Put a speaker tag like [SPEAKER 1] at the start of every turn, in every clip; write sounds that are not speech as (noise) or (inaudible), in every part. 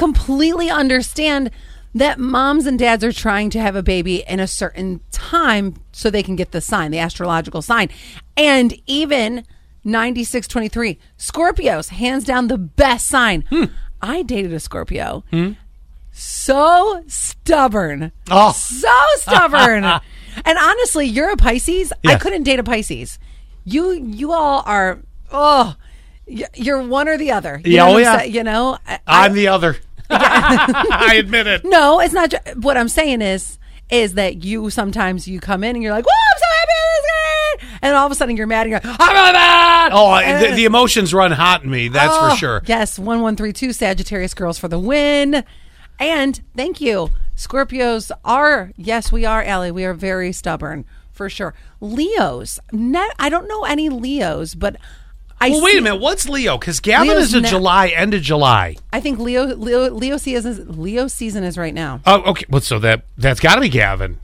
[SPEAKER 1] completely understand that moms and dads are trying to have a baby in a certain time so they can get the sign, the astrological sign. And even 9623, Scorpios, hands down the best sign.
[SPEAKER 2] Hmm.
[SPEAKER 1] I dated a Scorpio. So stubborn.
[SPEAKER 2] Oh.
[SPEAKER 1] So
[SPEAKER 2] (laughs)
[SPEAKER 1] stubborn. and honestly, you're a Pisces. I
[SPEAKER 2] Yes.
[SPEAKER 1] couldn't date a Pisces. You you all are oh y- you're one or the other. You
[SPEAKER 2] Yeah,
[SPEAKER 1] know
[SPEAKER 2] oh,
[SPEAKER 1] what I'm
[SPEAKER 2] yeah.
[SPEAKER 1] sa- You know, I-
[SPEAKER 2] I'm the other. (laughs) I admit it.
[SPEAKER 1] no, it's not. ju- What I'm saying is, is that you sometimes you come in and you're like, "Whoa, I'm so happy!" This is great!" And all of a sudden you're mad and you're like, "I'm really mad."
[SPEAKER 2] Oh, I- the, the emotions run hot in me. That's
[SPEAKER 1] Oh,
[SPEAKER 2] for sure.
[SPEAKER 1] Yes, one one three two Sagittarius girls for the win, and thank you. Scorpios are yes, we are, Allie. We are very stubborn for sure. Leos, ne- I don't know any Leos, but I
[SPEAKER 2] Well, wait
[SPEAKER 1] see-
[SPEAKER 2] a minute. What's Leo? Because Gavin
[SPEAKER 1] Leo's
[SPEAKER 2] is a
[SPEAKER 1] na-
[SPEAKER 2] July, end of July.
[SPEAKER 1] I think Leo Leo Leo season is, Leo season is right now,
[SPEAKER 2] Oh, okay. Well, so that that's got to be Gavin.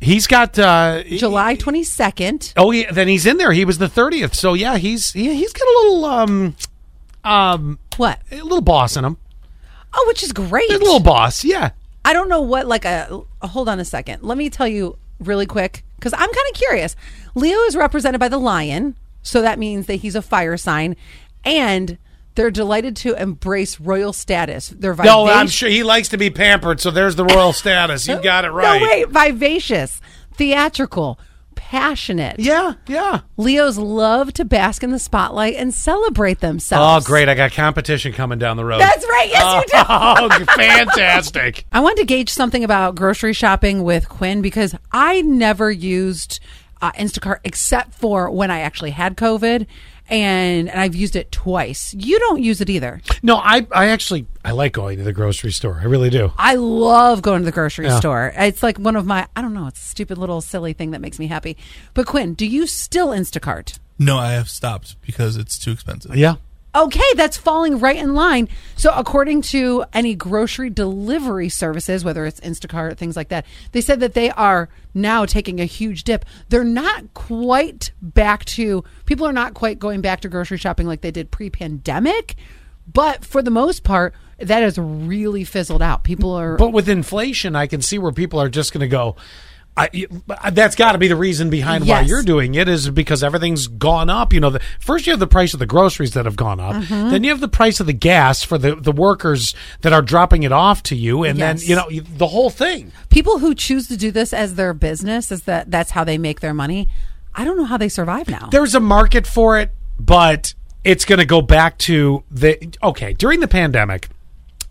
[SPEAKER 2] He's got uh,
[SPEAKER 1] July twenty second.
[SPEAKER 2] Oh, yeah. Then he's in there. He was the thirtieth. So yeah, he's he, he's got a little um um
[SPEAKER 1] What?
[SPEAKER 2] a little boss in him.
[SPEAKER 1] Oh, which is great.
[SPEAKER 2] A little boss. Yeah.
[SPEAKER 1] I don't know what like a hold on a second. Let me tell you really quick cuz I'm kind of curious. Leo is represented by the lion, so that means that he's a fire sign and they're delighted to embrace royal status. They're vivacious.
[SPEAKER 2] No, I'm sure he likes to be pampered. So there's the royal status. You got it right.
[SPEAKER 1] (laughs) No, wait, vivacious, theatrical, passionate.
[SPEAKER 2] Yeah. Yeah.
[SPEAKER 1] Leos love to bask in the spotlight and celebrate
[SPEAKER 2] Oh,
[SPEAKER 1] themselves.
[SPEAKER 2] great! I got competition coming down the road.
[SPEAKER 1] That's right. Yes, you do. (laughs)
[SPEAKER 2] Oh, (laughs) fantastic!
[SPEAKER 1] I wanted to gauge something about grocery shopping with Quinn because I never used uh, Instacart except for when I actually had COVID, and and I've used it twice. You don't use it either.
[SPEAKER 2] No, I I actually I like going to the grocery store. I really do.
[SPEAKER 1] I love going to the grocery
[SPEAKER 2] Yeah.
[SPEAKER 1] store. It's like one of my I don't know. It's a stupid little silly thing that makes me happy. But Quinn, do you still Instacart?
[SPEAKER 3] No, I have stopped because it's too expensive.
[SPEAKER 2] Yeah.
[SPEAKER 1] Okay, that's falling right in line. So, according to any grocery delivery services, whether it's Instacart, things like that, they said that they are now taking a huge dip. They're not quite back to, people are not quite going back to grocery shopping like they did pre pandemic. But for the most part, that has really fizzled out. People are.
[SPEAKER 2] But with inflation, I can see where people are just going to go. I, you- that's got to be the reason behind why
[SPEAKER 1] Yes.
[SPEAKER 2] you're doing it is because everything's gone up. You know, the, first you have the price of the groceries that have gone up,
[SPEAKER 1] Mm-hmm.
[SPEAKER 2] then you have the price of the gas for the, the workers that are dropping it off to you, and
[SPEAKER 1] Yes.
[SPEAKER 2] then you know you- the whole thing.
[SPEAKER 1] people who choose to do this as their business, is that that's how they make their money. I don't know how they survive now.
[SPEAKER 2] There's a market for it, but it's going to go back to the okay during the pandemic.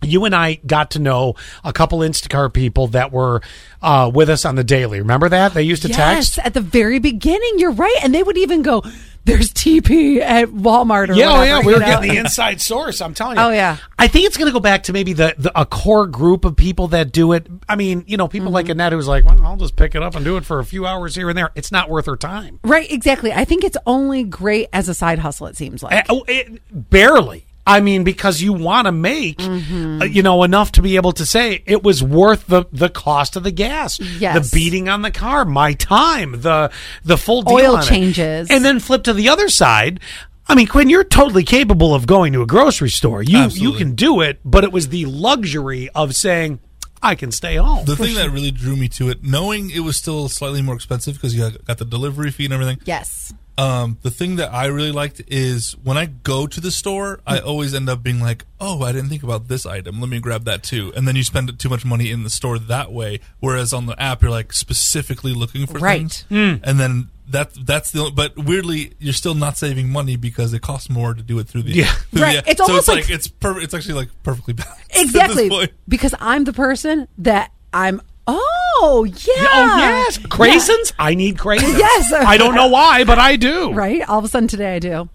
[SPEAKER 2] You and I got to know a couple Instacart people that were uh, with us on the daily. Remember that they used to text.
[SPEAKER 1] Yes, at the very beginning. You're right, and they would even go, "There's TP at Walmart or
[SPEAKER 2] Yeah, oh,
[SPEAKER 1] whatever,"
[SPEAKER 2] yeah,
[SPEAKER 1] you
[SPEAKER 2] we were
[SPEAKER 1] know?
[SPEAKER 2] getting the inside source. I'm telling you.
[SPEAKER 1] Oh, yeah.
[SPEAKER 2] I think it's going to go back to maybe the, the a core group of people that do it. I mean, you know, people like
[SPEAKER 1] Mm-hmm.
[SPEAKER 2] Annette who's like, well, I'll just pick it up and do it for a few hours here and there. It's not worth her time.
[SPEAKER 1] right. Exactly. I think it's only great as a side hustle. It seems
[SPEAKER 2] Eh,
[SPEAKER 1] like.
[SPEAKER 2] oh, it- barely. I mean, because you want to make,
[SPEAKER 1] Mm-hmm.
[SPEAKER 2] uh, you know, enough to be able to say it was worth the the cost of the gas,
[SPEAKER 1] Yes.
[SPEAKER 2] the beating on the car, my time, the the full deal
[SPEAKER 1] Oil
[SPEAKER 2] on it.
[SPEAKER 1] changes.
[SPEAKER 2] and then flip to the other side. I mean, Quinn, you're totally capable of going to a grocery store. You you
[SPEAKER 3] Absolutely.
[SPEAKER 2] can do it, but it was the luxury of saying I can stay home.
[SPEAKER 3] The thing that really drew me to it, knowing it was still slightly more expensive because you got the delivery fee and everything.
[SPEAKER 1] yes.
[SPEAKER 2] (laughs)
[SPEAKER 3] Um, the thing that I really liked is when I go to the store, I
[SPEAKER 2] Hmm.
[SPEAKER 3] always end up being like, "Oh, I didn't think about this item. Let me grab that too." And then you spend too much money in the store that way. Whereas on the app, you're like specifically looking for
[SPEAKER 1] Right. Hmm.
[SPEAKER 3] things, and then that that's the. only- But weirdly, you're still not saving money because it costs more to do it through the
[SPEAKER 2] Yeah.
[SPEAKER 3] through
[SPEAKER 1] Right.
[SPEAKER 3] the app.
[SPEAKER 1] It's
[SPEAKER 3] so
[SPEAKER 1] almost
[SPEAKER 3] it's like,
[SPEAKER 1] like-
[SPEAKER 3] it's perfect. It's actually like perfectly balanced. at this
[SPEAKER 1] Exactly.
[SPEAKER 3] point.
[SPEAKER 1] Because I'm the person that I'm. Oh yeah.
[SPEAKER 2] Oh yes,
[SPEAKER 1] Yeah. (laughs)
[SPEAKER 2] craisins. I need craisins.
[SPEAKER 1] Yes.
[SPEAKER 2] I don't know why, but I do.
[SPEAKER 1] (laughs) Right. All of a sudden today I do.